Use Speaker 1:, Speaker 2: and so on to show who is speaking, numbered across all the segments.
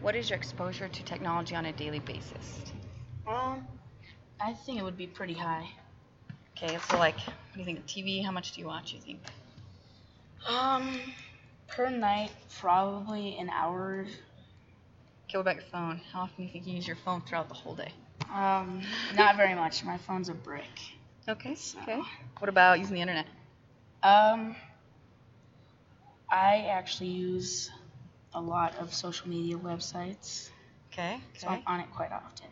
Speaker 1: What is your exposure to technology on a daily basis?
Speaker 2: Um, I think it would be pretty high.
Speaker 1: Okay, so like, what do you think? TV? How much do you watch? You think?
Speaker 2: Um, per night, probably an hour.
Speaker 1: Okay, what about your phone? How often do you think you use your phone throughout the whole day?
Speaker 2: Um, not very much. My phone's a brick.
Speaker 1: Okay. Okay. What about using the internet?
Speaker 2: Um, I actually use a lot of social media websites,
Speaker 1: Okay.
Speaker 2: so I'm on it quite often.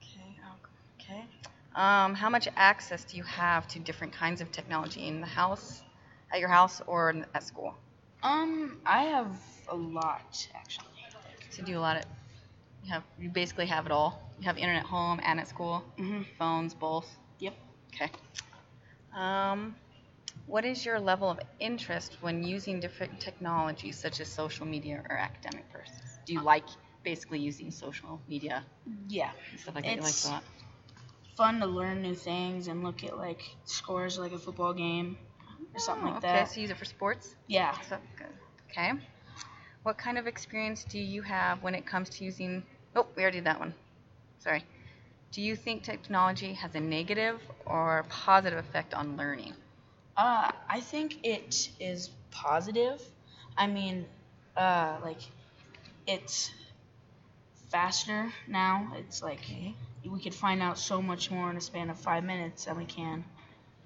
Speaker 1: Okay. oh, Okay. Um, how much access do you have to different kinds of technology in the house, at your house, or in, at school?
Speaker 2: Um, I have a lot actually.
Speaker 1: So do you a lot of, you have, you basically have it all. You have internet home and at school,
Speaker 2: Mm-hmm.
Speaker 1: phones, both.
Speaker 2: Yep.
Speaker 1: Okay. Um, what is your level of interest when using different technologies such as social media or academic pursuits? Do you like basically using social media
Speaker 2: Yeah.
Speaker 1: and stuff like that? You like
Speaker 2: It's-
Speaker 1: that?
Speaker 2: Fun to learn new things and look at like scores like a football game or something
Speaker 1: Oh,
Speaker 2: like
Speaker 1: okay,
Speaker 2: that.
Speaker 1: so you use it for sports?
Speaker 2: Yeah.
Speaker 1: So, good. Okay. What kind of experience do you have when it comes to using? Oh, we already did that one. Sorry. Do you think technology has a negative or positive effect on learning?
Speaker 2: Uh, I think it is positive. I mean, uh, like it's faster now. It's like we could find out so much more in a span of five minutes than we can,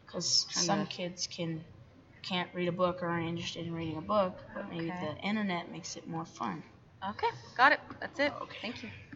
Speaker 2: because some
Speaker 1: Kinda.
Speaker 2: kids can can't read a book or aren't interested in reading a book, but maybe
Speaker 1: Okay.
Speaker 2: the internet makes it more fun.
Speaker 1: Okay, got it. That's it.
Speaker 2: Okay.
Speaker 1: Thank you.